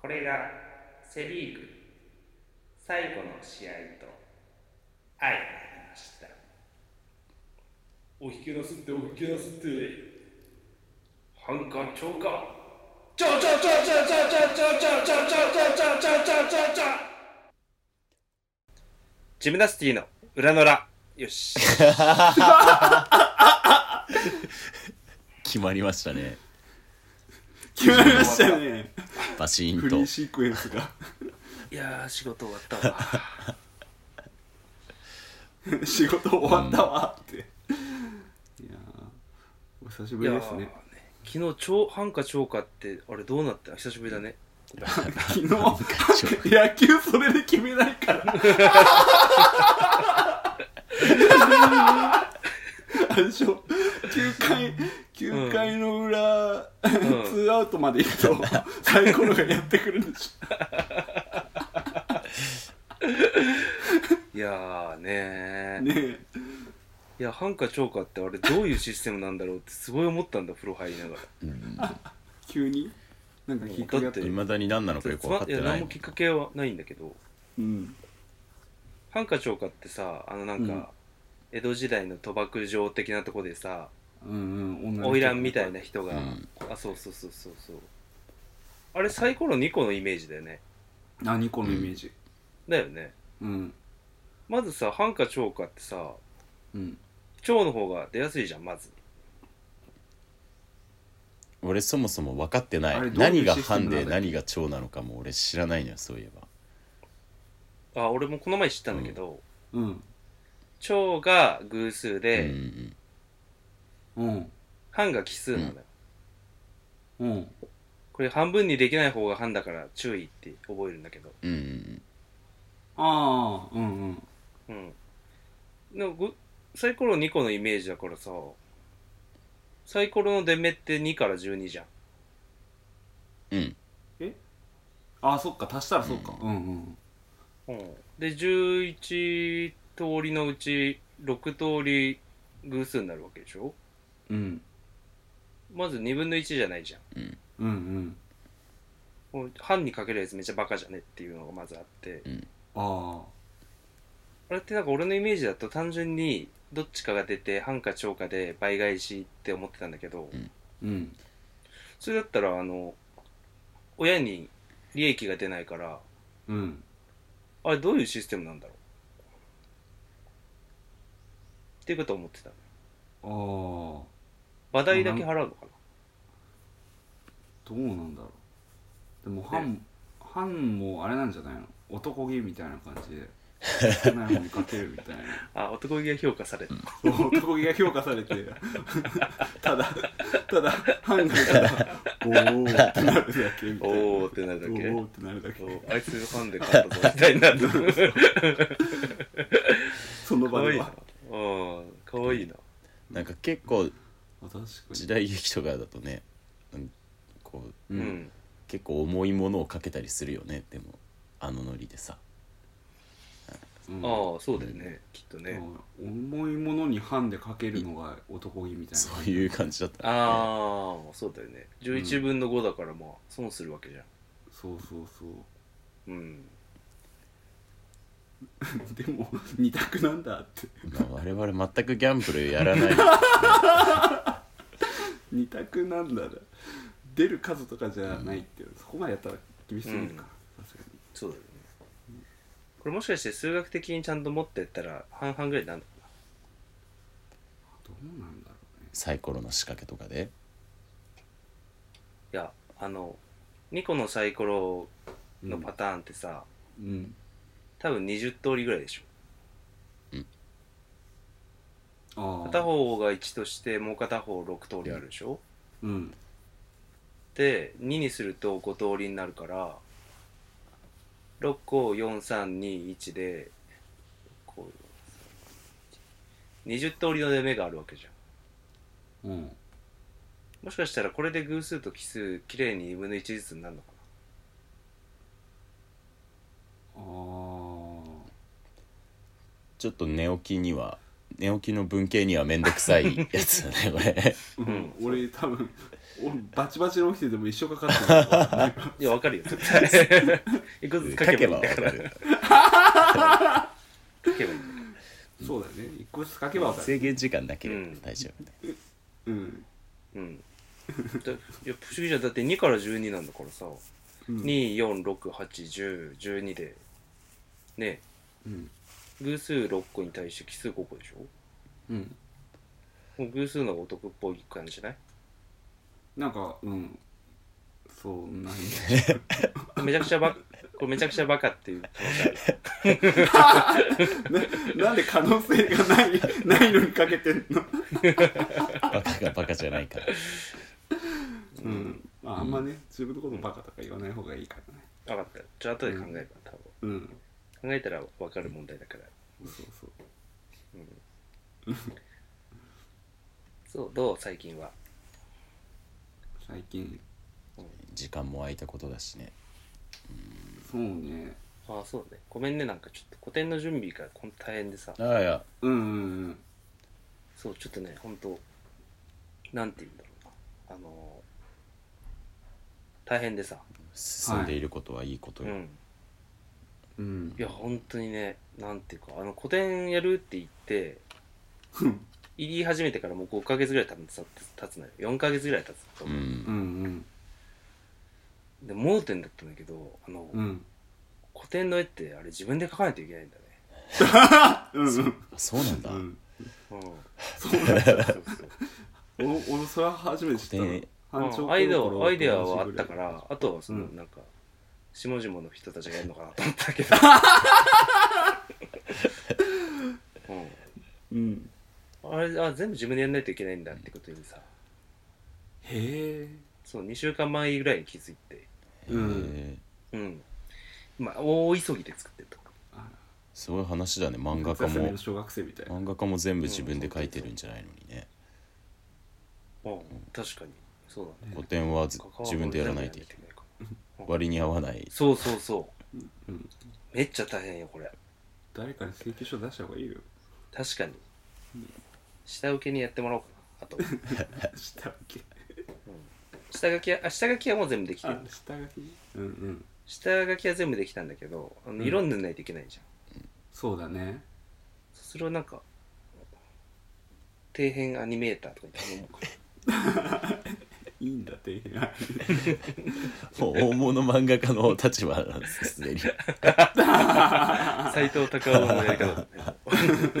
これがセ・リーグ最後の試合と相なりましたお引きなすってお引きなすってハンカチョウかちょちょちょちょちょちょちょちょちょちょちょちょちょちょジムナスティの裏の裏よし決まりましたね決まりましたねバシーフンリとーシークエンスが いやー仕事終わったわ仕事終わったわって、いやーお久しぶりですいやねー昨日超ハンカチョウかってあれどうなった久しぶりだね昨日野球それで決めないから あれでしょ9回9回の裏、2アウトまで行くとサイコロがやってくるんでしいやーねょーねえいやハンカチョウかってあれどういうシステムなんだろうってすごい思ったんだ風呂入りながら急になんか引っ掛かってだいっまだに何なのかよく分かってやな何いもきっかけはないんだけどうんハンカチョウかってさあのなんか、うん江戸時代の賭博場的なとこでさうんうん花魁みたいな人が、うんあそうそうそうそうそうあれサイコロ2個のイメージだよね何このイメージだよねうんまずさハンカチョウかってさうん蝶の方が出やすいじゃんまず俺そもそも分かってなあれいどうい何うがシステム藩なんだっでけ何が長なのかも俺知らないのよそういえばあ俺もこの前知ったんだけど、うん蝶が偶数うんうで、んうん半が奇数なんだよ、うんこれ半分にできない方が半だから注意って覚えるんだけどうんうんああうんうんうんでもぐサイコロ2個のイメージだからさサイコロの出目って2から12じゃんうんああそっか足したらそっかうんううんん、で11通りのうち6通り偶数になるわけでしょうんまず2分の1じゃないじゃんうんうんもう半にかけるやつめっちゃバカじゃねっていうのがまずあってああれってなんか俺のイメージだと単純にどっちかが出て半か超かで倍返しって思ってたんだけど、あうんそれだったらあの親に利益が出ないからうんあれどういうシステムなんだろうっていうことを思ってたああど話題だけ払うのかなうなんだろうでも半半もあれなんじゃないの男気みたいな感じで少ない方にかけるみたいなあ男気が評価された、男気が評価されてただただ半が「おお」ってなるだけみたいなおーってなるだけおーってなるだけそうあいつファンで勝ったぞみたいになるそ のか場わでいいなはうんかわいいななんか結構確か時代劇とかだとねうんこうにうん、うん結構重いものをかけたりするよねでもあのノリでさうんああそうだよね、きっとね、うん重いものにハンでかけるのが男気みたいそういう感じだったあああそうだよね11分の5だからまあ損するわけじゃんなそうそうそうう んでも二択なんだって我々全くギャンブルやら ない二択なんだな出る数とかじゃないっていうそこまでやったら厳しすぎるかさすがにそうだよねこれもしかして数学的にちゃんと持ってったら半々ぐらいになるのかなどうなんだろうねサイコロの仕掛けとかでいやあの2個のサイコロのうんパターンってさ、うん多分20通りぐらいでしょあ片方方が1としてもう片方6通りあるでしょ、うんで2にすると5通りになるから6個4321でこう20通りの出目があるわけじゃんうんもしかしたらこれで偶数と奇数きれいに2分の1ずつになるのかなああちょっと寝起きには寝起きの文系にはめんどくさいやつだねこれうん、俺多分 俺バチバチに起きてても一生かか ってる いやわかるよ絶対いくつ書書けけばいいんだばわかからる書けばいいんだかそうだよね一個ずつ書けば分かる 制限時間なけれうんば大丈夫ね、うんらうんだいや不思議じゃんだって2から12なんだからさうん246810112でねうん偶数6個に対して奇数5個でしょうんもう偶数の方がお得っぽい感じしないなんかうんそうないめちゃくちゃバこれめちゃくちゃバカっていう可能性ある ななんで可能性がない ないのにかけてん のバカがバカじゃないからうん、まあ、あんまね自分のことバカとか言わない方がいいからね分かったじゃあ後で考えるから多分うん考えたら分かる問題だからそうそうそうどう最近は最近時間も空いたことだしねそうねああそうねごめんねなんかちょっと個展の準備がこん大変でさああいやうんうんうんそうちょっとねほんとなんて言うんだろうなあのー大変でさ進んでいることはいいことうよ、んうんいや本当にねなんていうかあの個展やるって言ってうん入り始めてからもう5ヶ月ぐらい経つ経つのよ4ヶ月ぐらい経つとう思う、うんんで盲点だったんだけどあの、うんうん古典の絵ってあれ自分で描かないといけないんだねうんうんあそうなんだ、うんうんそうそうそうお俺それは初めて知ったでそう班長うんアイデ頃アアイデアとはあ同っじぐらたいからあとはその、うんなんか下々の人たちがやるのかなと思ったけ ど、うんうん、あれあ全部自分でやんないといけないんだってことにさへえそう2週間前ぐらいに気づいてうんへえうんまあ大急ぎで作ってるとすごい話だね漫画夏家休みもの小学生みたいな漫画家も全部自分で描いてるんじゃないのにねうん、確かにそうだね古典はずここは自分でやらないとい俺け全ない部やんといけないか割に合わないそうそうそううんめっちゃ大変よこれ誰かに請求書出した方がいいよ確かに下請けにやってもらおうかなあ と下書き下書きはあ下書きはもう全部できてある下書きうんうん下書きは全部できたんだけどあのん色塗んないといけないじゃん、そうだねそれをなんか底辺アニメーターとかに頼もうかいいんだっていやもう大物漫画家の立場なんですすでに な斎藤隆夫のやり方だね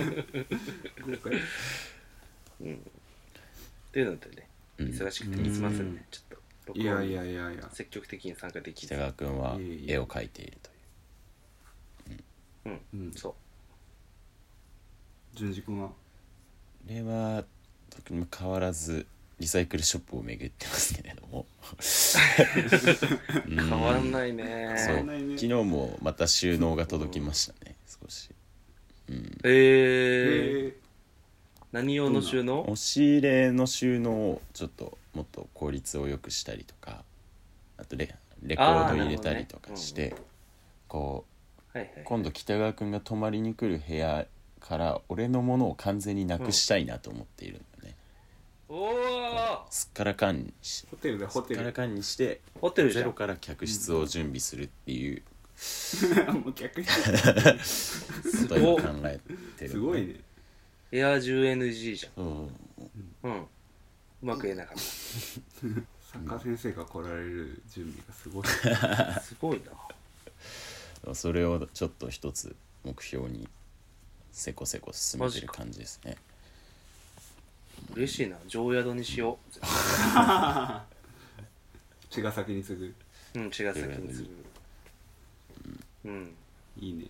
っ豪快ていうのでねうん忙しくていつませんうねんちょっといやいやいやいや積極的に参加できず北川君は絵を描いているといううんうんそう順次君はこれは特に変わらずリサイクルショップを巡ってますけれど も変わんいないそうねんないね昨日もまた収納が届きましたね少しえー、へえ何用の収納押し入れの収納をちょっともっと効率を良くしたりとかあとレレコード入れたりとあーなるほどかねして、こはいはうい今度北川君が泊まりに来る部屋から俺のものを完全になくしたいなと思っているんだよね、おおすっからかんにしホテルだホテすっからルかんにしてホテルじゼゃロんから客室を準備するっていう もう逆にことを今考えてるすごいねエア 10NG じゃんうんうんうまく言えなかっ作家先生が来られる準備がすごいた すごいなそれをちょっと一つ目標にせこせこ進めてる感じですね嬉しいな常宿にしよ茅ヶ崎に次ぐううん茅ヶ崎にするうんいいね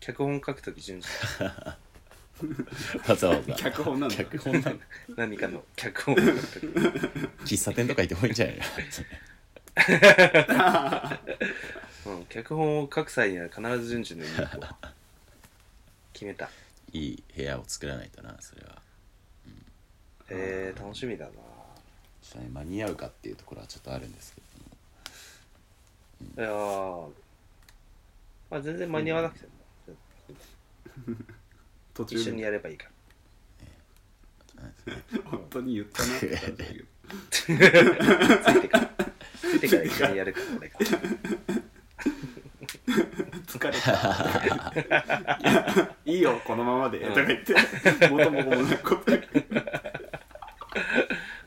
脚本書くとき順次わざわざ脚本なんだ脚本なんだ 何かの脚本を書く時喫茶店とか行ってもいいんじゃないのうん、脚本を書く際には必ず順次の意味を決めたいい部屋を作らないとなそれはえー、楽しみだな実際間に合うかっていうところはちょっとあるんですけどもいやーまあ全然間に合わなくても、途中一緒にでやればいいから 本当に言ったなって感じだけどついてからついてから一緒にやるから俺が疲れた いいよこのままでとか言ってもともともなこと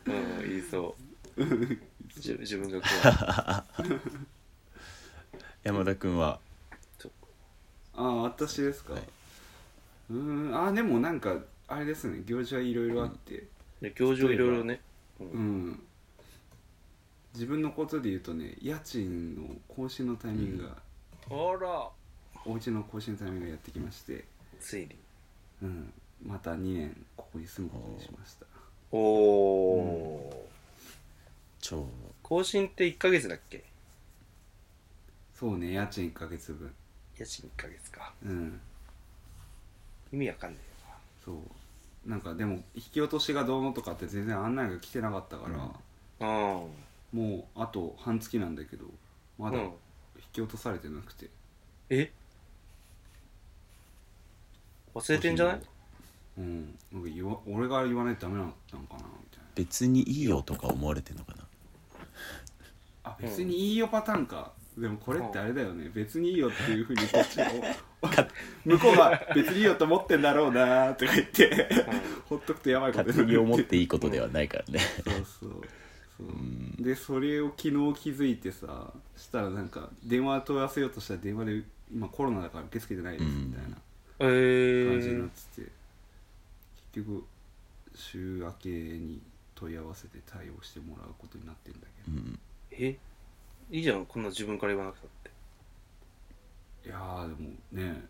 うん言い そうじゅ自分が怖山田君はああ私ですか、はいうーんあーでもなんかあれですね行事はいろいろあっていで行事をいろいろねうん、自分のことで言うとね家賃の更新のタイミングが、あらお家の更新のタイミングがやってきまして、ついにうん、また2年ここに住むことにしましたおお、超更新って1ヶ月だっけそうね家賃1ヶ月分家賃1ヶ月かうん意味わかんないよなそうなんかでも引き落としがどうのとかって全然案内が来てなかったから、うんもうあと半月なんだけどまだう引ん、き落とされてなくてえ忘れてんじゃないうんなんか言わ俺が言わないとダメなのかなみたいな別にいいよとか思われてんの かなあ別にいいよパターンか、でもこれってあれだよね別にいいよっていうふうにこ っちを向こうが別にいいよと思ってんだろうなーとか言って ほっとくとやばいこと勝手に思っていいいことではないからねそうそうそう、でそれを昨日気づいてさしたらなんか電話問い合わせようとしたら電話で今コロナだから受け付けてないですみたいなえ感じになっー、てて、結局週明けに問い合わせて対応してもらうことになってんだけうんえいいじゃんこんな自分から言わなくたってどいやーでもね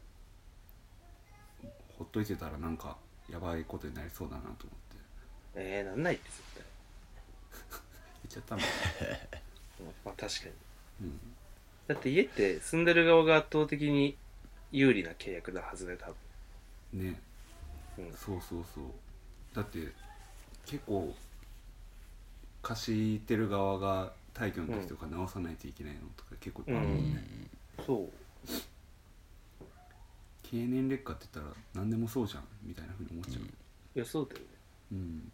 ほっといてたらなんかやばいことになりそうだなと思ってえー、なんないって絶対言っちゃったもん、うんまあ確かにうん、だって家って住んでる側が圧倒的に有利な契約なはずで多分ね、うんそうそうそうだって結構貸してる側が退去の時とか直さないといけないのとか結構いっぱいあるもんね、そう経年劣化って言ったら何でもそうじゃんみたいなふうに思っちゃういやそうだよねうん、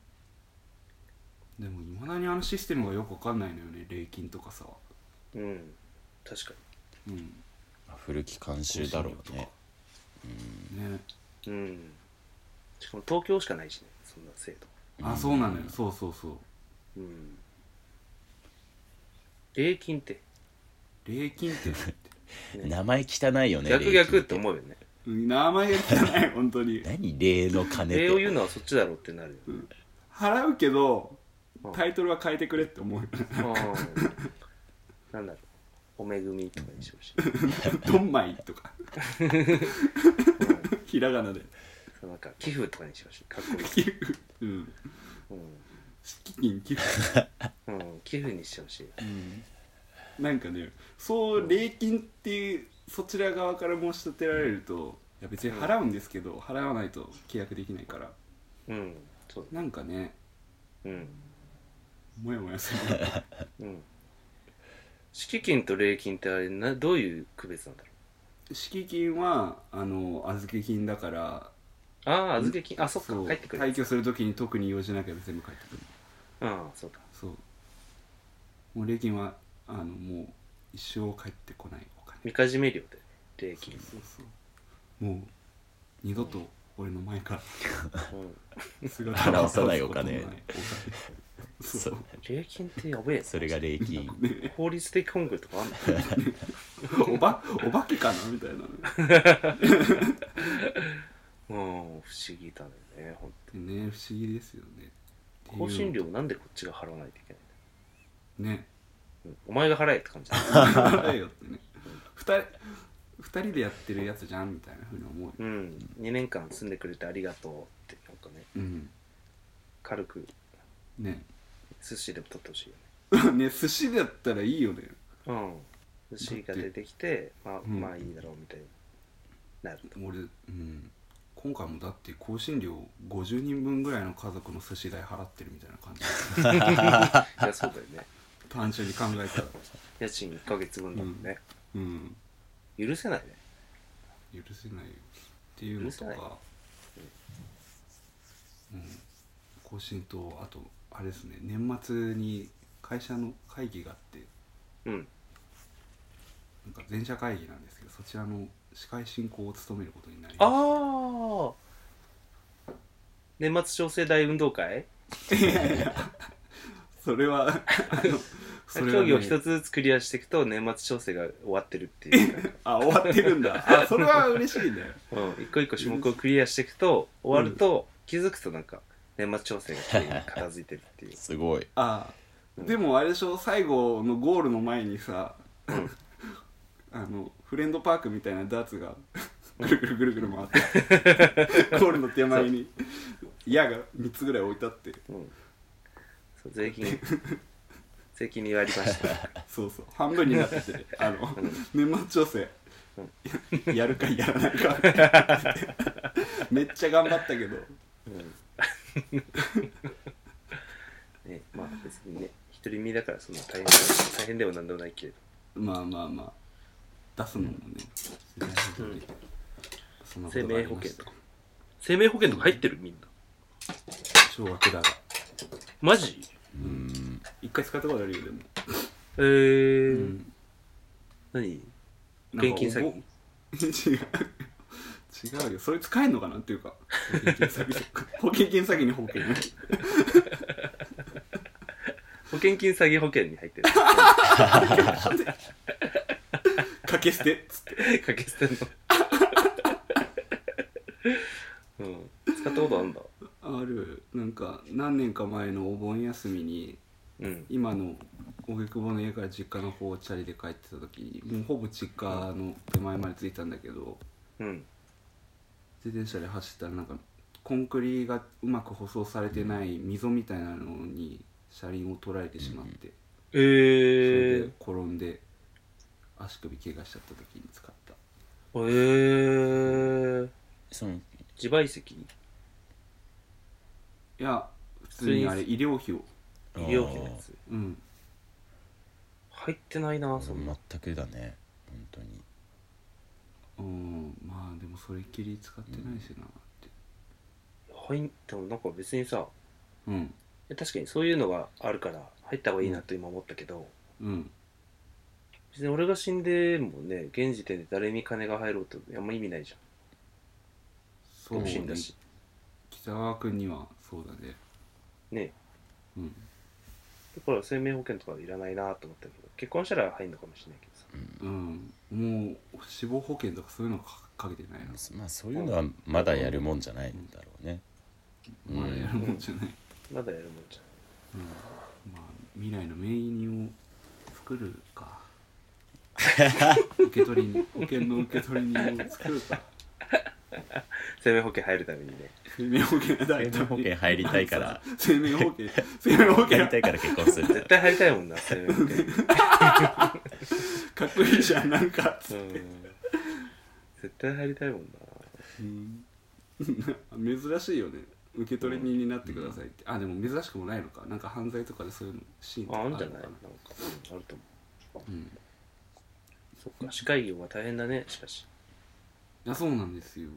でもいまだにあのシステムがよくわかんないのよね礼金とかさ、うん確かうん、まあ古き慣習だろうねねにうんしかも東京しかないしねそんな制度あそうなのよそうそうそううん礼金って、礼金って ね名前汚いよね逆礼金逆って思うよねうん名前が汚い本当に何礼の金って礼を言うのはそっちだろうってなるよ ね払うけどうんタイトルは変えてくれって思うよ ねうんなんだろうお恵みとかにしてほしいドンマイ とかひらがなで そうなんか寄付とかにしてほしいかっこいい寄付うん敷金寄付、うん、うん、寄付にしてほしいなんかねそう礼金っていうそちら側から申し立てられるといや別に払うんですけど払わないと契約できないからうんそうなんかねうんもやもやするうん敷金と礼金ってあれなどういう区別なんだろ敷金はあの預け金だからうああ預け金あそっかそう帰ってくる退去するときに特に用事なければ全部返ってくるうんそうだそうもう礼金はあのもう一生返ってこないお金みかじめ料で礼そう金そうそうもう二度と俺の前からうん姿を現さないお金現さないお金そそう礼金ってやべえそれが礼金法律的根拠とかあんのおばお化けかなみたいなねうん不思議だねほんとね不思議ですよね更新料なんでこっちが払わないといけないんだね よ、うん、お前が払えって感じだ払えよってね二人2人でやってるやつじゃんみたいなふうに思うようん、2年間住んでくれてありがとうってなんかねうん軽くね 寿司でも取ってほしいよね寿司だったらいいよねねうん寿司が出てきてまあ、うんまあいいだろうみたいになると俺、うん、今回もだって香辛料50人分ぐらいの家族の寿司代払ってるみたいな感じいやそうだよね単純に考えたら家賃1ヶ月分だもんね、うん許せないね許せないよっていうのと許せないかうん更新とあとあれですね年末に会社の会議があってうんなんか全社会議なんですけどそちらの司会進行を務めることになりまああ年末調整大運動会すそれは あのそれは競ね技を一つずつクリアしていくと年末調整が終わってるっていう、あ終わってるんだあそれは嬉しいねうん、一個一個種目をクリアしていくと終わると、気づくとなんか年末調整が綺麗に片付いてるっていうすごいあでもあれでしょ最後のゴールの前にさ、んあのフレンドパークみたいなダーツがぐるぐるぐるぐる回 ってゴールの手前に矢が3つぐらい置いてあってうん、そう税金 税金に割りましたそうそう半分になっててあの、年末調整、ややるかやらないかめっちゃ頑張ったけど ねまあ別にね一人身だからそんな大変大変でもなんでもないけれまあまあまあ出すのもね、うんそんなど生ことがあ命り保ま険しとかた生命保険とか入ってるみんな昭和くだがマジうん一回使ったことあるよでも、えーうん何なんか現金詐お違う違うよそれ使え んのかなってい うか保険金詐欺とか保険金詐欺に保険保険金詐欺保険に入 ってるかけ捨てっつってかけ捨てんの うん使ったことあるんだあるなんか何年か前のお盆休みにうん今の荻窪の家から実家の方をチャリで帰ってた時にもうほぼ実家の手前まで着いたんだけどうん自転車で走ったらなんかコンクリがうまく舗装されてない溝みたいなのに車輪を取られてしまって、えそれーで、転んで足首怪我しちゃった時に使ったえー、その自賠責いや普通にあれ医療費を医療費のやつうん入ってないなそんな、全くだね本当にうんまあでもそれっきり使ってないしなって入んでもなんか別にさうんえ確かにそういうのがあるから入った方がいいなと今思ったけど、うん別に俺が死んでもね現時点で誰に金が入ろうとあんま意味ないじゃそんう独身ねだし北川君にはそうだねねうんだから生命保険とかいらないなと思ったけど結婚したら入るのかもしれないけどさうんもう死亡保険とかそういうのかかけてないなまあそういうのはまだやるもんじゃないんだろうねうんまだやるもんじゃない、まだやるもんじゃんうんまあ未来の名医人を作るか 受け取りに保険の受け取り人を作るか生命保険入るためにね生命保険だ生命保険入りたいから生命保険生命保やり険たいから結婚する絶対入りたいもんな生命保険かっこいいじゃんなんか、うん絶対入りたいもんなうん、珍しいよね受け取り人になってくださいって、あでも珍しくもないのかなんか犯罪とかでそういうのシーンとかあああるるんのじかゃなないなんか、うんあると思ううんそっか歯科医業は大変だねしかしいやそうなんですよ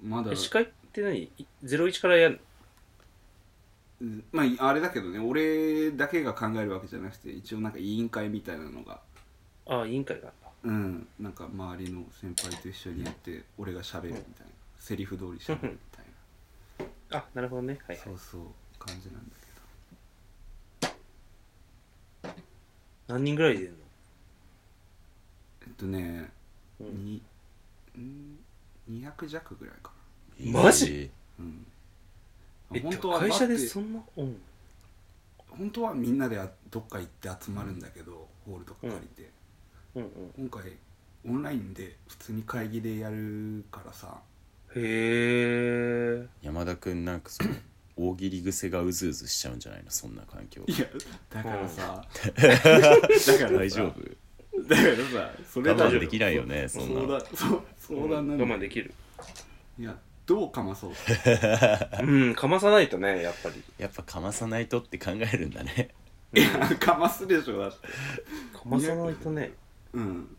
まだえ歯科医って何い01からやるうんまああれだけどね俺だけが考えるわけじゃなくて一応なんか委員会みたいなのがのああ委員会があるんだうんなんか周りの先輩と一緒にやって俺が喋るみたいなセリフ通り喋るみたいあなるほどね はいはいなそうそう感じなんだけど何人ぐらいでいるえっとね、うんにん200弱ぐらいかマジなうんのえ本当は会社でだってそんなうん本当はみんなでどっか行って集まるんだけど、ホールとか借りて、うんうん今回オンラインで普通に会議でやるからさへえ山田君なんかその大喜利癖がうずうずしちゃうんじゃないのそんな環境いやだからさ、だからさ大丈夫だからさそれだ我慢できないよねそんなそうだそうそうだな我んだ慢できるいやどうかまそううんかまさないとねやっぱりやっぱかまさないとって考えるんだねいやかますでしょだってかまさないとねうん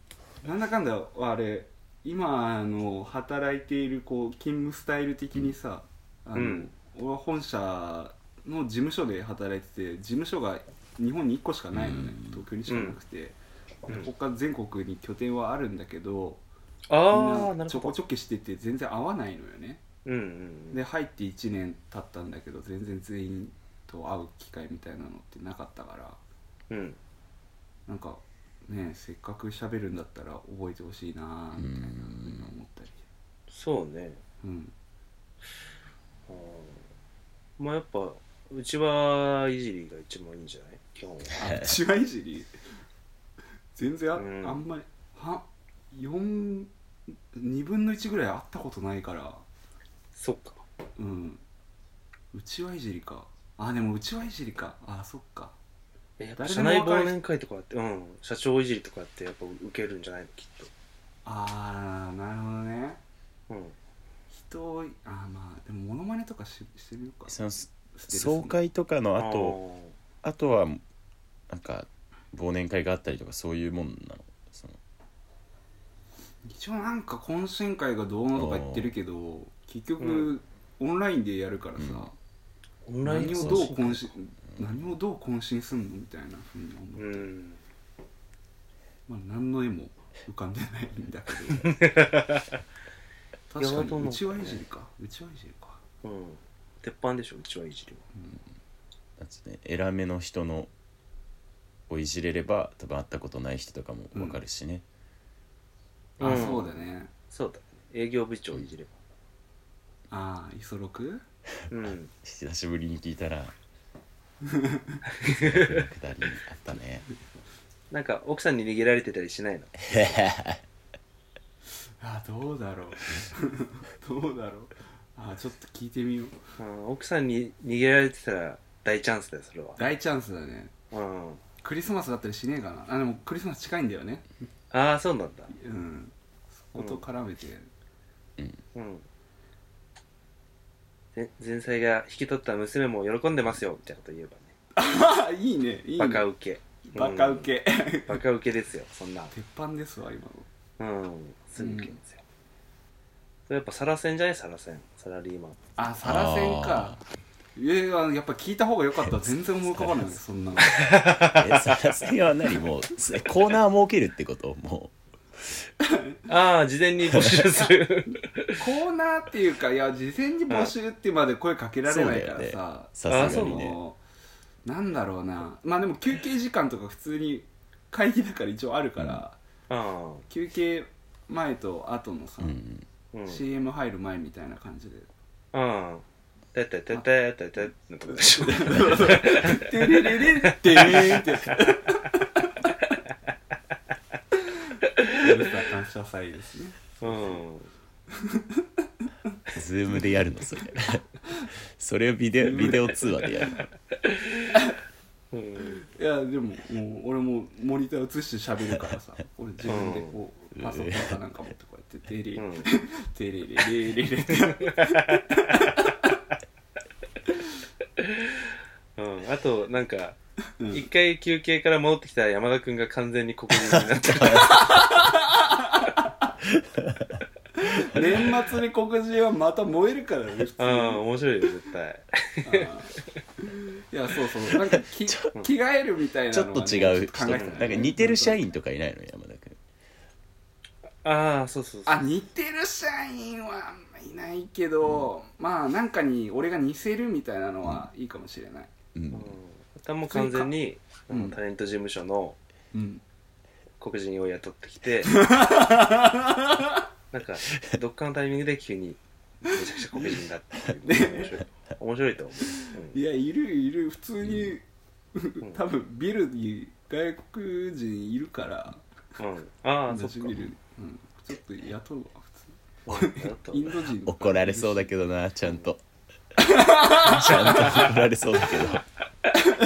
なんだかんだあれ今あの働いているこう勤務スタイル的にさ、あのうん俺は本社の事務所で働いてて事務所が日本に1個しかないのね、うん東京にしかなくて、うんで他全国に拠点はあるんだけど、ああみんななるちょこほちどょきしてて全然合わないのよねうんうんで入って1年経ったんだけど全然全員と会う機会みたいなのってなかったからうんなんかねせっかく喋るんだったら覚えてほしいなみたいなふうに思ったりそうねうんあーまあやっぱうちはいじりが一番いいんじゃない基本は血はいじり全然あ,、うんん、あんまりは42分の1ぐらい会ったことないからそっかうんうちはいじりかあでもうちはいじりかあそっかえやっぱ誰で社も内わかる忘年会とかやってうん社長いじりとかやってやっぱ受けるんじゃないのきっあーなるほどねとうん人をあーまあでもモノマネとかししてみようかそのステルス総会とかのあ後ーあとはなんか忘年会があったりとかそういうもんなのその一応なんか懇親会がどうのとか言ってるけど結局、うんオンラインでやるからさ、オンライン何でをそうどう懇親何をどう懇親すんのみたいなふうに思う、うんまあ、何の絵も浮かんでないんだけど いや確かどうになうんちだろわうねいじりかうちわいじりかうん鉄板でしょうちはいじりはなんつうね偉めの人のをいじれれば多分会ったことない人とかもわかるしね、あ、うんそうだねそうだね営業部長いじればああ磯六うん久しぶりに聞いた らくだりあったねなんか奥さんに逃げられてたりしないのああどうだろう どうだろうああちょっと聞いてみよううん奥さんに逃げられてたら大チャンスだよそれは大チャンスだねうんクリスマスだったりしねえかなあでもクリスマス近いんだよねああそうなんだうんそこと絡めて、うんぜ前妻が引き取った娘も喜んでますよみたいなこと言えばねああ いいねいいねバカウケバカウケ、 うんバカウケですよそんな鉄板ですわ今のうんすぐウケですよ、それやっぱサラセンじゃないサラセンサラリーマンあサラセンかいやいややっぱ聞いた方が良かった全然思い浮かばないそんなのあーえサラセンは何もうえコーナー設けるってこともああ事前に募集す るコーナーっていうかいや事前に募集ってまで声かけられないからそうだよさうさすそがうになねのなんだろうなまあでも休憩時間とか普通に会議だから一応あるから、あ休憩前と後のさ、うんうんあうん CM 入る前みたいな感 じでうんててててててってことでしょ「テレレレッテーン」ってやつうるさい感謝祭ですねうんズームでやるのそれ それをビデオビデオ通話でや るのうんいやでももう俺もモニター映して喋るから さ俺自分でこうパソコンかなんか持ってこうやって「テレうんテレレレレ レ」ってうんあとなんかうん一回休憩から戻ってきたら山田君が完全に国民になっ てる年末に黒人はまた燃えるからね普通うにん面白いよ絶対あーいやそうそうなんかき着替えるみたいなちょのっはとね違うち人ょっと考なえんてかた似てる社員とかいないの山田君ああそうそうそうあ似てる社員はあんまいないけど、まあなんかに俺が似せるみたいなのはいいかもしれない、うんうん他も完全にあうんのタレント事務所のうん、黒人を雇ってき てなんかどっかのタイミングで急にめちゃくちゃ黒人だっていう面白い面白いと思う、いやいるいる普通に、ん多分ビルに外国人いるからうんうん、ああそ同っじかビル、ううん、ちょっと雇うわだ普と通インド人怒られそうだけどなちゃんとちゃんと怒られそうだけどど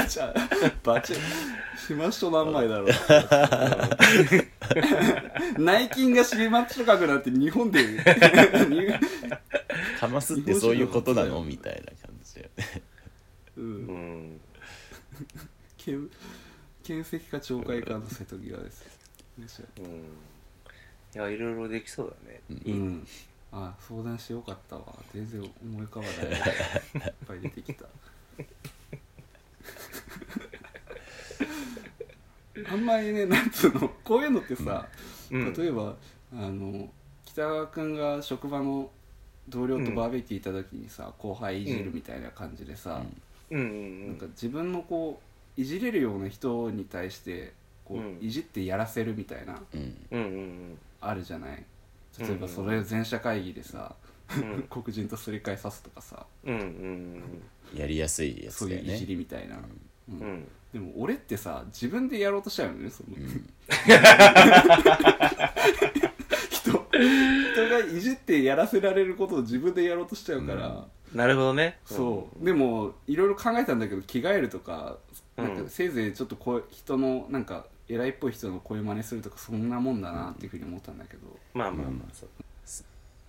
じゃあバチしましと何 枚だろう内勤がしまっとかくなって日本で かますってそういうことなのみたいな感じだよねううんんけん剣石か懲戒かの瀬戸際ですむしろうんいやいろいろできそうだね、ういいんあ相談してよかったわ全然思い浮かばないいっぱい出て きたあんまりねなんつうのこういうのってさ、うん例えばあの北川君が職場の同僚とバーベキュー行った時にさ、後輩いじるみたいな感じでさ、うんうんうなんんか自分のこういじれるような人に対してこう、うんいじってやらせるみたいなうんうんうんあるじゃない例えばうんそれを全社会議でさ、うん 黒人とすり替えさすとかさうんうんやりやすいやそつういだよういじねりみたいな、うんうんうんでも俺ってさ自分でやろうとしちゃうよねその、ん人人がいじってやらせられることを自分でやろうとしちゃうから、うんなるほどねそうでもいろいろ考えたんだけど着替えるとかなんうかんせいぜいちょっとこう人のなんか偉いっぽい人の声真似するとかそんなもんだなっていうふうに思ったんだけど、まあまあまあそ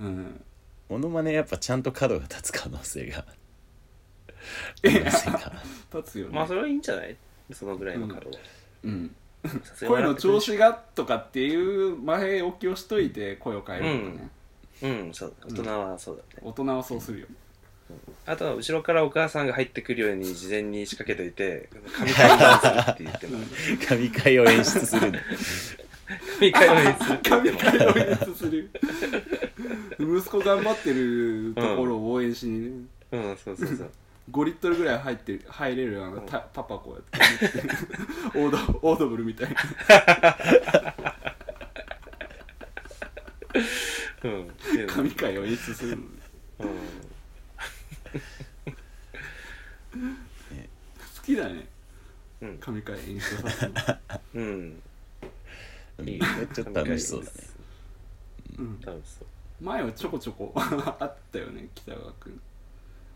ううん、モノマネやっぱちゃんと角が立つ可能性がい可や能性が立つよね、まあそれはいいんじゃないそのぐらいの角は、うん、さすがに声の調子がとかっていう前置きをしといて声を変えるとかね、うんそう大人はそうだね、大人はそうするよ、あとは後ろからお母さんが入ってくるように事前に仕掛けといて神回をするって言っても神回を演出するの 神回をするって言って神も回を演出する息子頑張ってるところを応援しにね、うんそうそうそう5リットルぐらい入ってる入れるあのたパパこうやって オードオードブルみたいなうんっていうの神回を演出するのうん好きだねうん神回演出させる のうんうんいいちょっと楽しそうだねうん多分そう前はちょこちょこ あったよね北川君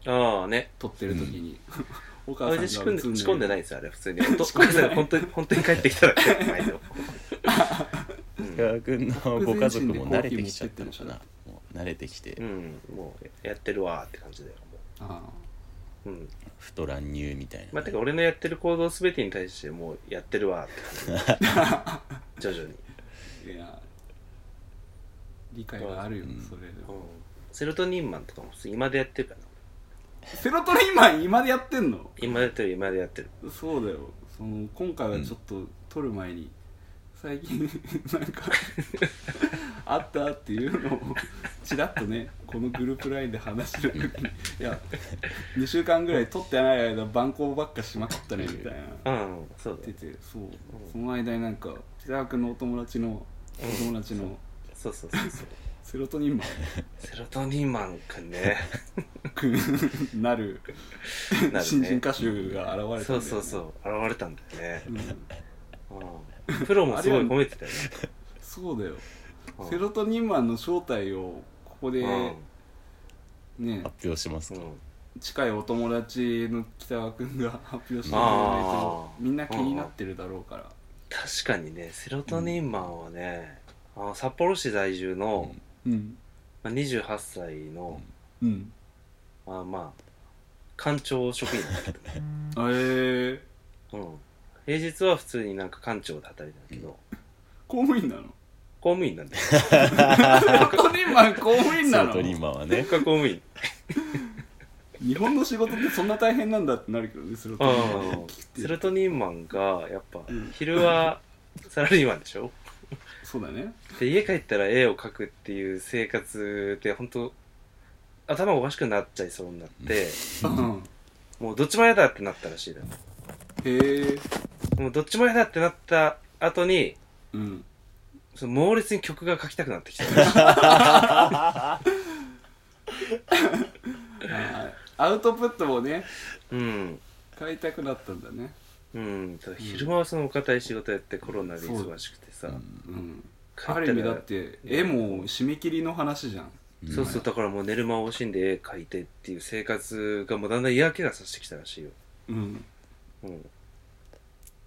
ああね撮ってる時に、 おあ母れさんでが仕込んで映仕込んでいないですよあれ普通にお父お母さんが本当に本当に帰ってきたら帰ってないよ北川君のご家族も慣れてきちゃったのかなもう慣れてきてうんもうやってるわーって感じだよもあううんふと乱入みたいまあ、なてか俺のやってる行動すべてに対してもうやってるわって感 じ徐々に、あいや理解があるよ、うんそれうんセロトニンマンとかも普通に今でやってるからなセロトニンマン今でやってんの今でやってる今でやってるそうだよその今回はちょっと撮る前に、最近 なんかあったっていうのをちらっとねこのグループラインで話してる時にいや2週間ぐらい撮ってない間番号ばっかしまくったねみたいなうんそうだ出よてそうその間になんか北川君のお友達のお友達のそうそうそうそ うセロトニンマセロトニンマンくんねン君になるなる新人ね歌手が現それたんだよねうそうそう現れたんだよね、うん うん、プロもすごい褒めてたよねそうだようんセロトニンマンの正体をここでね発表しますうんかうん近いお友達の北川君が発表してくれないあとーみんな気になってるだろうから確かにねセロトニンマンはね、あの札幌市在住の、うんまあ、28歳の、うんまあまあ官庁職員なんだけどねえー、うん、平日は普通になんか館長で働いてたけど、公務員 なの公務員なんだよセロトニンマン公務員セなロのトニンマンはね国家公務員日本の仕事ってそんな大変なんだってなるけどねセロトニンマンうんセロトニンマンがやっぱうん昼はサラリーマンでしょそうだねで家帰ったら絵を描くっていう生活で本当頭おかしくなっちゃいそうになって、うんもうどっちも嫌だってなったらしいだよへえもうどっちも嫌だってなった後にうんその猛烈に曲が書きたくなってきたらしいあーアウトプットをねうん買いたくなったんだねうん、ただ昼間はそのお堅い仕事やってコロナで忙しくてさ、うんうん帰ったあらる意味だって絵も締め切りの話じゃんそうそうだからもう寝る間を惜しんで絵描いてっていう生活がもうだんだん嫌気がさしてきたらしいよ、うんうん、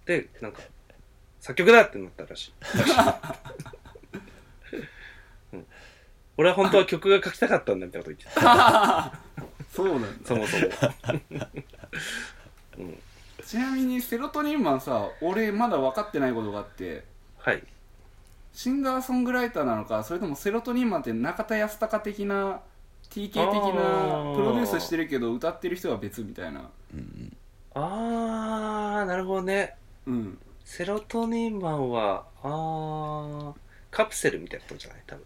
でなんか作曲だってなったらしい、うん、俺は本当は曲が書きたかったんだみたいなこと言ってたそうなんだそもそも、うん、ちなみにセロトニンマンさ俺まだ分かってないことがあってはいシンガーソングライターなのかそれともセロトニンマンって中田泰孝的な TK 的なあープロデュースしてるけど歌ってる人は別みたいなうんあーなるほどねうんセロトニンマンはあーカプセルみたいなことじゃない多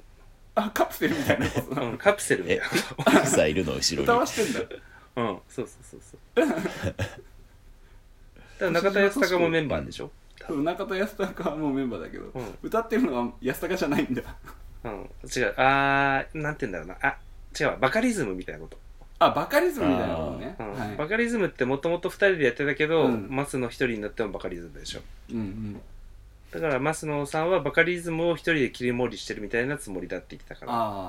あカプセルみたいなことな分、うのん、カプセルみたいなこうんさあいるの後歌ろわにしてんだとうんそうそうそうそう だから中田康隆もメンバーでしょそう中田泰孝はもうメンバーだけど、うん歌ってるのは泰孝じゃないんだうん違うあーなんて言うんだろうなあ違うわバカリズムみたいなこと、あバカリズムみたいなことねうんはバカリズムってもともと2人でやってたけど、うんマスの1人になってもバカリズムでしょい、うんうん、だからマスのさんはバカリズムを1人で切り盛りしてるみたいなつもりだって言ってたからあ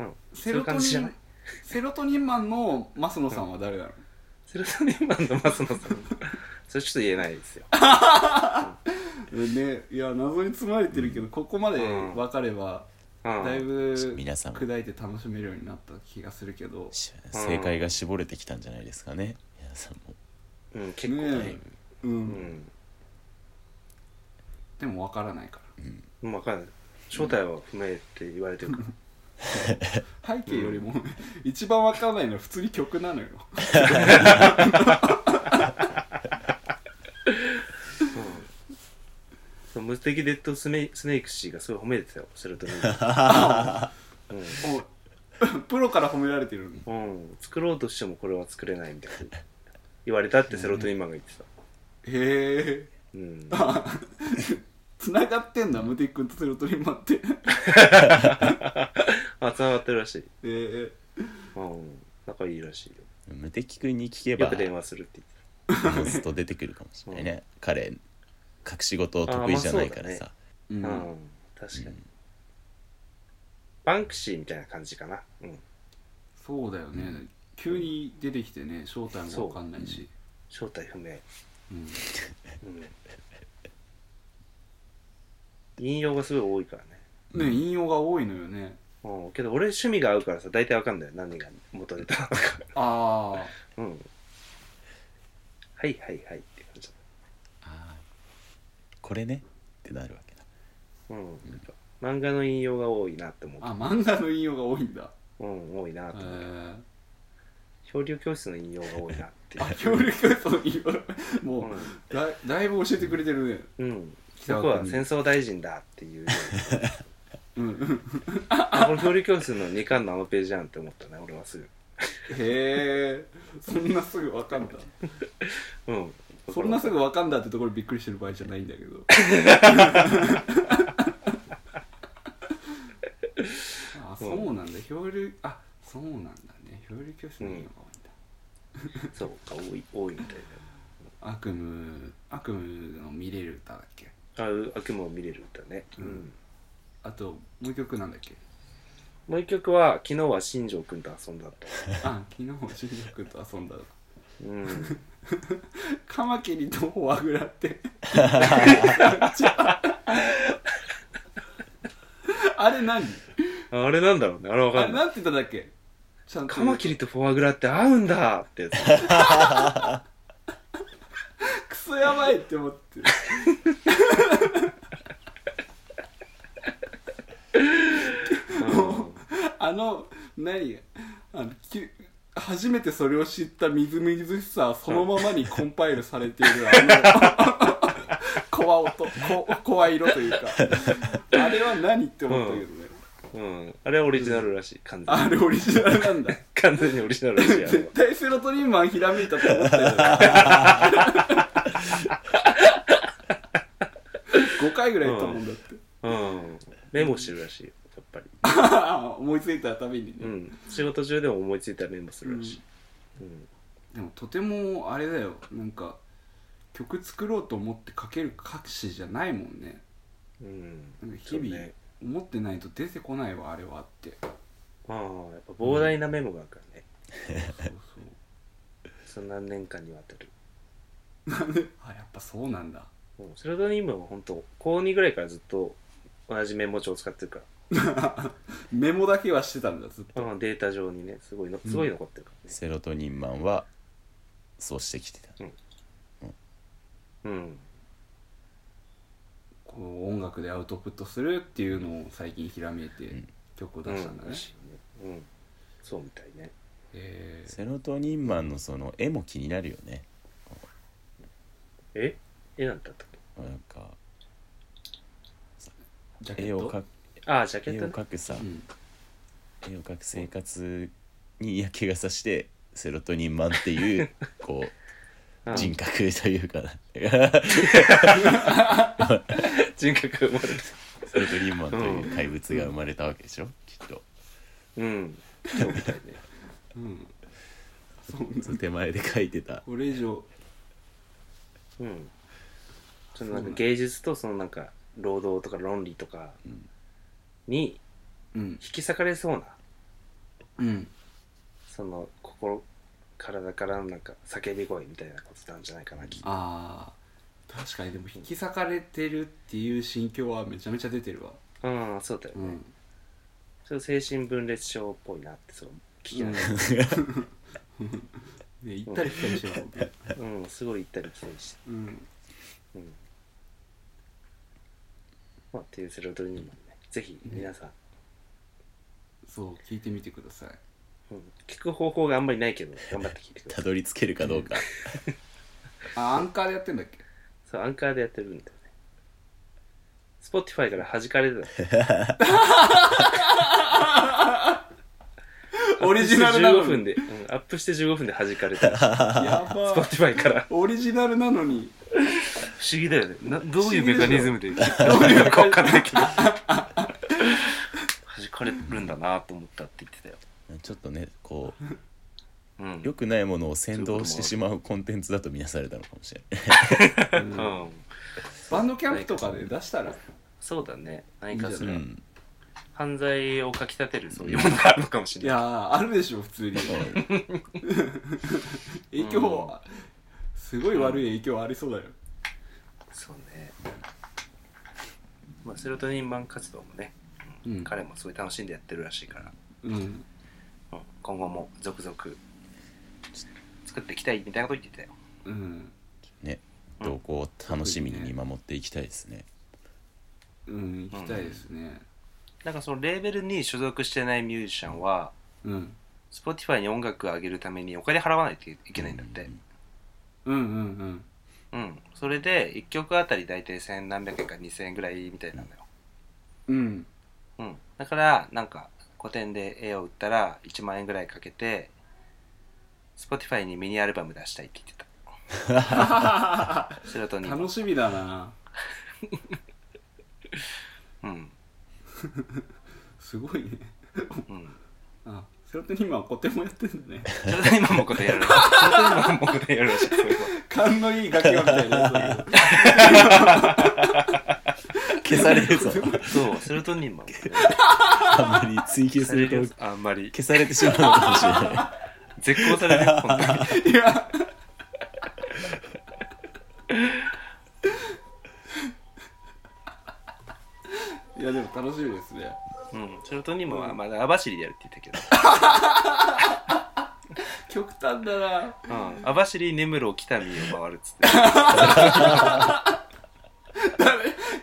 あ、うんセそういロトニう感じじゃないンセロトニンマンのマスノさんは誰なの、セロトニンマンのマスのさんそれちょっと言えないですよねいや謎に包まれてるけど、ここまで分かれば、うんだいぶ皆さん砕いて楽しめるようになった気がするけどし正解が絞れてきたんじゃないですかね皆さんもうん、結構、ねえうん、うん、でも分からないかもう分かんない正体は不明って言われてるからら背景よりも、一番分からないのは普通に曲なのよそう無敵デッドスネスネークシーがすごい褒めてたよセロ トニンお プロから褒められてるのにうん、うん、作ろうとしてもこれは作れないみたいな言われたってセロトニンマンが言ってたへえうんつながってんだムティ君とセロトニンマンってへあつながってるらしいえうん仲いいらしいよ無敵君に聞けよばく電話するってもうずっと出てくるかもしれないね、彼隠し事得意じゃないからさ、う言ってたうん、ん、確かに、うんバンクシーみたいな感じかなうんそうだよね、急に出てきてね正体も分かんないし正体不明うんうん引用がすごい多いからね、ね引用が多いのよねうん、けど俺趣味が合うからさ大体わかんないよ何が元ネタなのかああうんはいはいはいって感じだああこれねってなるわけだうん、やっぱ漫画の引用が多いなって思あ漫画の引用が多いんだううん多いなへと思う、え漂流教室の引用が多いなっていあう協力教の引用うもんう、だだいぶ教えてくれてるねうん、北僕川は君戦争大臣だって いううんあこれ漂流教室の2巻のあのページじゃんって思ったね俺はすぐへえそんなすぐ分かんだうんそんなすぐ分かんだってところびっくりしてる場合じゃないんだけ どあそうなんだ漂流あそうなんだね漂流教室の引用が多いんだ、そうか多い多いみたいな悪夢悪夢の見れる歌だっけあう悪夢を見れる歌ね、うんあともう一曲なんだっけもう一曲は昨日は新庄君と遊んだと、あ昨日新宿君と遊んだうん、 カマキリとフォアグラって あれ何あれなんだろうねあれわあかれんないなんて言ったんだっけちゃんとカマキリとフォアグラって合うんだってやつクソやばいって思ってるうんあの何あのき初めてそれを知ったみずみずしさはそのままにコンパイルされているあの怖音こ怖い色というかあれは何って思ったけどね、うん、あれはオリジナルらしい完全にあれオリジナルなんだ完全にオリジナルらしいあれは絶対セロトニンマンひらめいたと思った よ5回ぐらい言ったもんだって、うん、メモしてるらしいよやっぱり、思いついたたびにね、うん、仕事中でも思いついたらメモするらしい、うんでもとてもあれだよなんか曲作ろうと思って書ける歌詞じゃないもんねうんなんか日々そうね思ってないと出てこないわあれはってああやっぱ膨大なメモがあるからね、そうそうその何年間にわたる、あやっぱそうなんだ うん、セロトニン分は本当高2ぐらいからずっと同じメモ帳を使ってるかメモだけはしてたんだずっら、とうんデータ上にねすごいのすごい残ってるからねセロトニンマンはそうしてきてたうん、こう音楽でアウトプットするっていうのを最近ひらめいてん曲をうん出したんだね、らしいねうんそうみたいねえーセロトニンマンのその絵も気になるよねえ絵なんだったっけなんかジャケ絵ットを描くああジャケ絵ットをね描くさ、うん絵を描く生活に嫌気がさしてセロトニンマンっていうこううん人格というか セ人格が生まれたロトニンマンという怪物が生まれたわけでしょきっとうんうん、そうねそう手前で描いてたこれ以上うんそのなんかそうなんだ芸術とそのなんか労働とか論理とかんにうん引き裂かれそうなうんその心体からのなんか叫び声みたいなことなんじゃないかなきっとあー確かにでも引き裂かれてるっていう心境はめちゃめちゃ出てるわうんそうだようね、んちょっと精神分裂症っぽいなってそう聞きながね行ったり来たりしてたもんねらうん、すごい行ったり来たりしてうんうんまあっていうセロトニンマンねぜひ皆さん、そう聞いてみてくださいうん、聞く方法があんまりないけど頑張って聞いてくださたいどり着けるかどうかあアンカーでやってん だっけそうアンカーでやってるんだよね Spotify から弾かれてた オリジナルなの15分にで、うん、アップして15分で弾かれた やば Spotify からオリジナルなのに不思議だよねなどういうメカニズムでどういう効果的な 弾かれるんだなと思ったって言ってたよ、ちょっとねこううん、良くないものを先導してしまうコンテンツだと見なされたのかもしれないうん、バンドキャンプとかで出したらそうだね何かすうる、んうん犯罪をかきたてるそういうものがあるのかもしいれないやーあるでしょ普 通にそう影響はすごい悪い影響ありそうだよそうね、まあ、セロトニンマン活動もね、うんうん彼もすごい楽しんでやってるらしいから、うんうん、今後も続々作っていきたいみたいなこと言ってたようんね動向を楽しみに見守っていきたいですねうん行きたいですねなんかそのレーベルに所属してないミュージシャンは、うん、 Spotify に音楽を上げるためにお金払わないといけないんだって。うんうんううんん。それで、1曲あたり大体1000何百円か2000円ぐらいみたいなんだよ。うんうん。だから、なんか、古典で絵を売ったら1万円ぐらいかけて、Spotify にミニアルバム出したいって言ってた。セロトニン。楽しみだなうん。すごいねうん。あセロトニンマンはコテもやってんだね セロトニンマンもことやるらしい。セロトニンマンもことやるらしい。そういえ勘のいい楽器はみたいなやつ消されるぞばそう、セロトニンマンもことやる あんまり追求すされるるよとあんまり。消されてしまうのかもしれない絶好されるよ、本当に。いやいやでも楽しみですねうん、セロトニンマンはまだ網走でやるって言ったけど。極端だなうん、網走根室北見を回るっつって、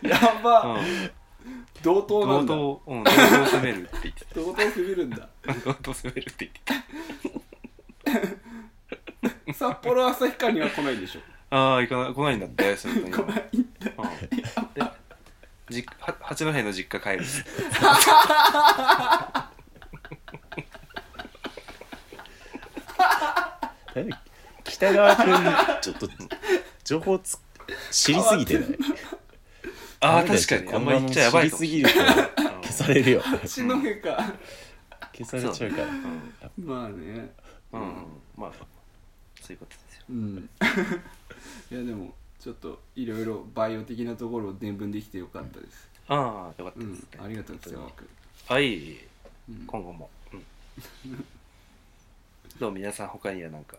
やば、う、同等なんんだ道東うん道東攻めるって言って同等すぎるんだた 道東攻めるって言ってた札幌旭川には来ないでしょああ行かない来ないんだってその時に来ないんだうんでじは八戸の実家帰るっつってだいぶ北川君ちょっと情報つ知りすぎてないああダメだよ確かにこあんんまなり言のっちゃやばい知かもりすしぎれるないと消されるよ八戸か 消されちゃうからまあねうん、うんうんまあそういうことですようん いやでもちょっといろいろバイオ的なところを伝聞できてよかったです、ああよかったうでんす、ねありがとうござい本ま当にはいす今後も、うん、 どう皆さん他には何か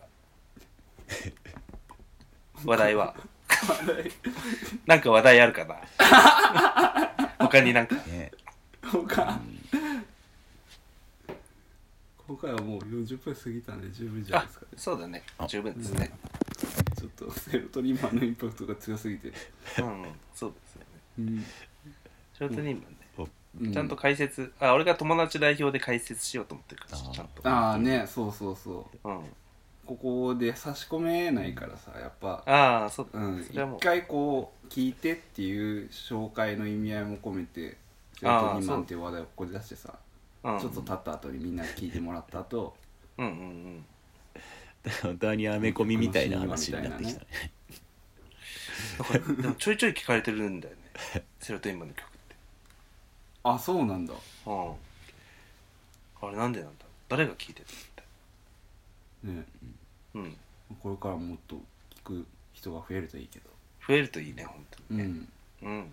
話題はなんか話題あるかな他になんかね 他今回はもう40分過ぎたんで十分じゃないあですかねそうだねあ十分ですねちょっとセロトニンマンのインパクトが強すぎて、うんそうですよねショートニーマンね、うんちゃんと解説あ俺が友達代表で解説しようと思ってるからあーちゃんとああねそうそうそううん、ここで差し込めないからさやっぱああそうだ、うんそれはもう一回こう聞いてっていう紹介の意味合いも込めてセロトニンマンっていう話題をここで出してさうん、ちょっと経った後にみんな聞いてもらった後 うんうんうん本当にアメコミみたいな話になってきたねだからでもちょいちょい聞かれてるんだよねセロトニンマンの曲ってあそうなんだうんあれなんでなんだ誰が聞いてるんだねうんこれからもっと聞く人が増えるといいけど増えるといいね本当うにねんうん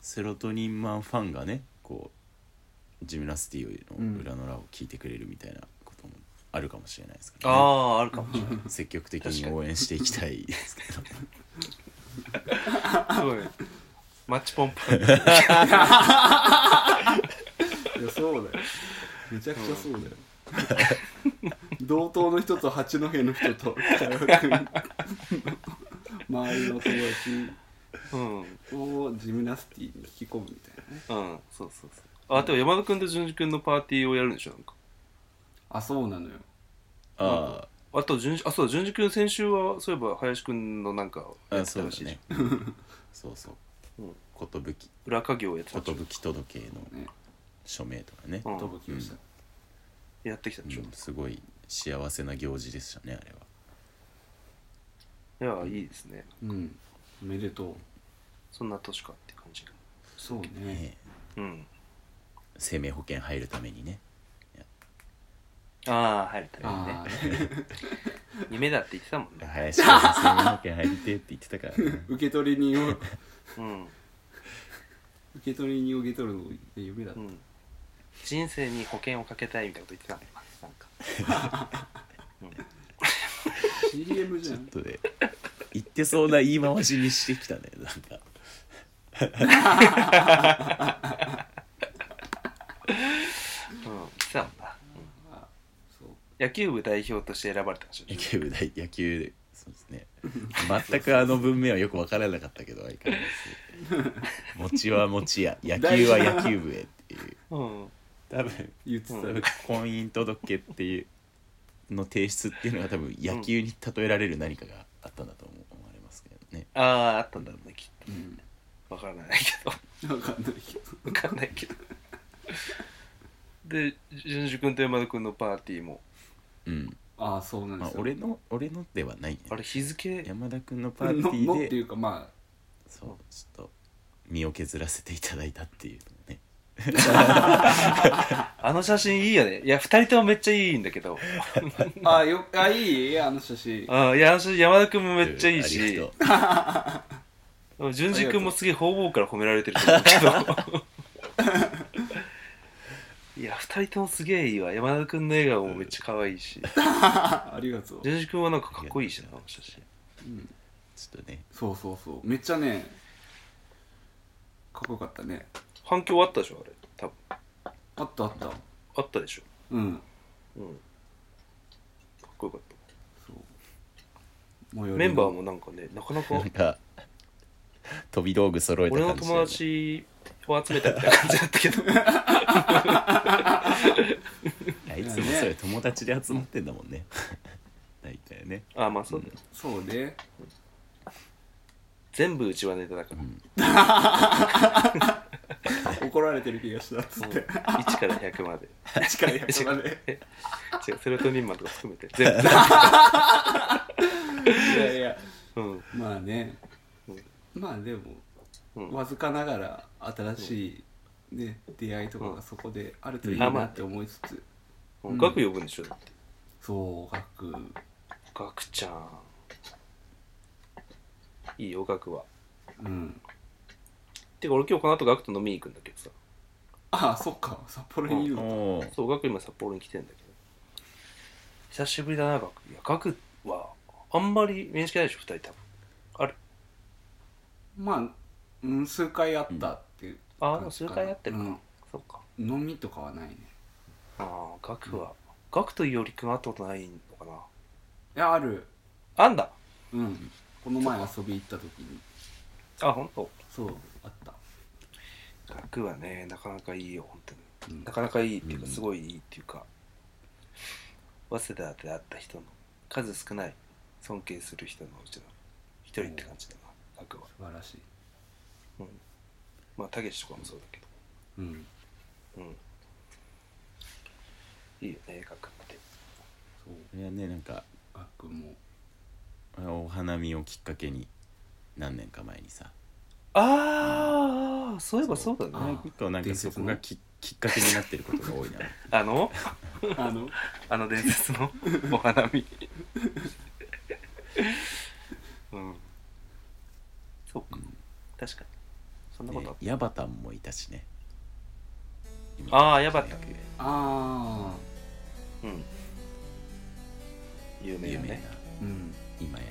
セロトニンマンファンがねこうジムナスティの裏の裏を聞いてくれるみたいなこともあるかもしれないですから、ねあああるかもしれない積極的に応援していきたいですけどすごいマッチポンプいやそうだよめちゃくちゃそうだよ 同等の人と八戸の人と北川君の周りの友 うんうん達をジムナスティに引き込むみたいなねそうそうそうあでも山田君と淳二君のパーティーをやるんでしょなんかあそうなのよああと淳二あそうだ淳二君先週はそういえば林君のなんかーやあってそたうらだしいじゃんねそうそううん寿裏稼業やってたでしょ寿届のね署名とかね、うん飛ぶ気をしたやってきたうでしょん、すごい幸せな行事でしたねあれはいやいいですねうんおめでとうそんな年かって感じそうねねうん生命保険入るためにねああ入れたらいいねああ夢だって言ってたも んね林くん生命保険入りてって言ってたからね受取人を受うん取人を受け取るのが夢だっうたん人生に保険をかけたいみたいなこと言ってたんだよなんか CM じちゃょっんとね言ってそうな言い回しにしてきたねなんかうん言ってたもんなうんあそう野球部代表として選ばれたんでしょ野球部大野球でそうですね全くあの文明はよく分からなかったけど相変わらず餅は餅や野球は野球部へっていううん多分言ってた多よ分婚姻届っていうの提出っていうのが多分野球に例えられる何かがあったんだと思思われますけどねあああったんだろうねきっうんとわからないけど 分かんないけどわかんないけどで淳二君と山田君のパーティーもうん、ああそうなんでまあす、よ俺の俺のではないねあれ日付山田君のパのーティのってーいでうかまあそうちょっと身を削らせていただいたっていうのねあの写真いいよねいや二人ともめっちゃいいんだけどあよあいいあの写真あいやあの写真山田君もめっちゃいいありしがとう淳二君もすげえ方々から褒められてると思うけど いや二人ともすげえいいわ山田君の笑顔もめっちゃ可愛いしあありがとう、淳二君はなんかかっこいいしなあの写真うん、ちょっとねそうそうそうめっちゃねかっこよかったね反響あったでしょあれ多分あったあったあったでしょうんうんかっこよかったそう最寄りのメンバーもなんかねなかなかなんか飛び道具揃えた俺の感じだ友よね達を集めたみたいな感じだった けどいやいつもそれ友達で集まってんだもんね大体ねああまあそうだよ、そうね全部うちはネタだから、怒られてる気がしたっつもっうて1から100まで8から100まで違うセロトニンマンとか含めて全 部いやいやうんまあねうんまあでも、うんわずかながら新しい、ね、出会いとかがそこであるといいうんあまなあって思いつつ、うんガク呼ぶんでしょだってそう学ガクちゃんいいよガクはうんてか俺今日この後ガクと飲みに行くんだけどさああそっか札幌にいるのおーそうガク今札幌に来てんだけど久しぶりだなガクいやガクはあんまり面識ないでしょ2人多分まあうん数回あったっていうああでも数回やってるか、うんそっか飲みとかはないねああガクは、ガクというよりくん会ったことないのかないやあるあんだうんこの前遊び行った時にあ本当。そうあった楽はねなかなかいいよ本当にうんなかなかいいっていうかうんすごいいいっていうか、早稲田で会った人の数少ない尊敬する人のうちの一人って感じだな楽は素晴らしいまあたけしとかもそうだけうんどうんいいよね楽ってそういやねなんかあっくん もお花見をきっかけに何年か前にさああ、そういえばそうだあねー結構なんか伝そ説このがききっかけになってることが多いなあのあのあの伝説 のお花見うん そうか、確かにそんなことあっね矢端もいたしねああ、やばったっけ。あうん。有名有な名なね。あうん今や有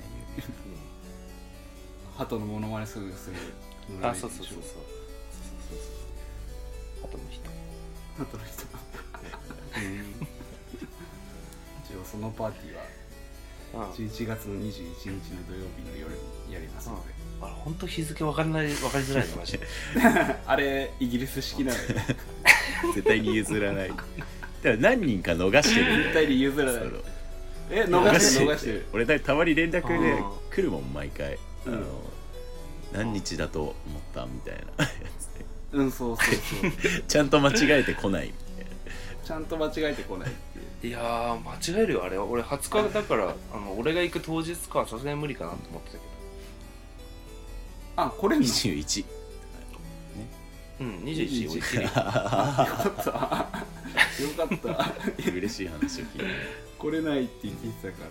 名な鳩のモノマネすぐするうんあ、そうそうそうそう。そうそうそう。あとの人。鳩の 人一応そのパーティーはうん。 11月の21日の土曜日の夜にやりますのであれ、本当日付わかんない、わかりづらいの、マジで。 あれイギリス式な のよ絶対に譲ら ないだから何人か逃してるんだよ絶対に譲らないそうえ逃してる逃逃ししててるる俺だたまに連絡であー来るもん毎回あうんの何日だと思ったみたいな うんそうそうそうちゃんと間違えてこないみたいな ちゃんと間違えてこないってい ういやー、間違えるよ、あれは。俺、20日だから、あの、俺が行く当日か、さすがに無理かなと思ってたけ あ これんの 21ど。うん、21俺きり。よか ったよかった嬉しい話を聞いて 来れないって聞いてたか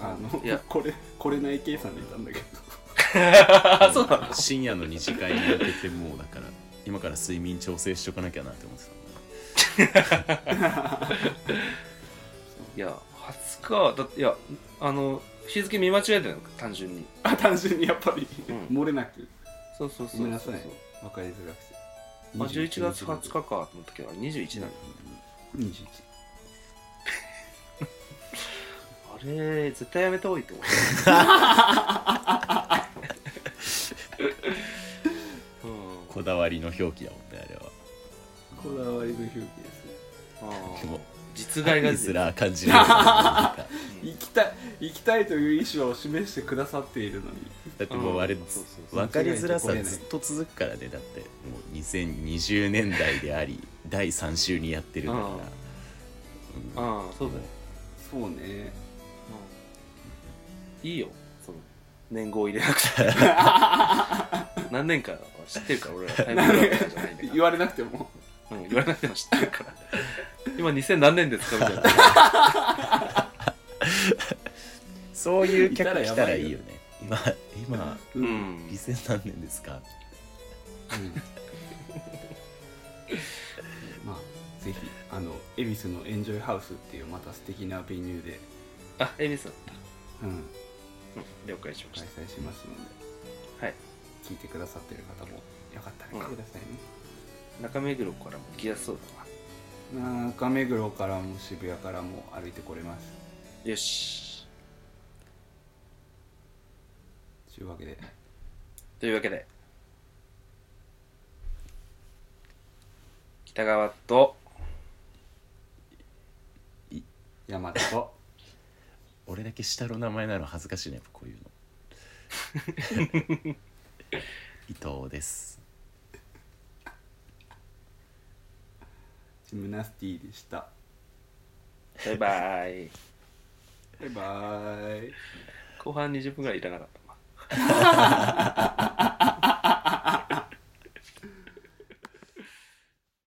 らあのいや これ来れない計算でいたんだけどあ、そうなの。深夜の二次会に向けてもうだから今から睡眠調整しとかなきゃなって思ってたんだいや、20日、だって、いや、あの、日付見間違えてるの、単純に。あ単純にやっぱり、うん漏れなくそうそうそうそう。ごめんなさい分かりづらくてあ、11月20日かと思ったけど、あれ21なの。 21あれ絶対やめた方がいいと思う。うんこだわりの表記だもんねあれはこだわりの表記ですねあでーも実害がう出するら感じるように なったうん行きたい行きたいという意思を示してくださっているのにだってもうあれうんそうそうそう分かりづらさずっと続くからねだってもう2020年代であり第3週にやってるんだからうんうんああそうだよ、そうねうんいいよその年号入れなくて何年かは知ってるから俺らタイムラグとかじゃないんだか言われなくてもら、うん、言われなくても知ってるから今2000何年ですかみたいなそういう客い来たたらやばらいいいよよね今今う、ん理性何年ですかまあぜひあの恵比寿のエンジョイハウスっていうまた素敵なベニューで、あエビさん、うん、うん、了解しまし開た催しますので、はい、聞いてくださってる方もよかったら来てくださいね、中目黒からも行きやすそうだ中目黒からも渋谷からも歩いてこれますなよしというわけでというわけで北川と大和と俺だけ下の名前なの恥ずかしいねやっぱこういうの 伊藤ですジムナスティでしたバイバイバイバーイ後半20分ぐらいいらなかったな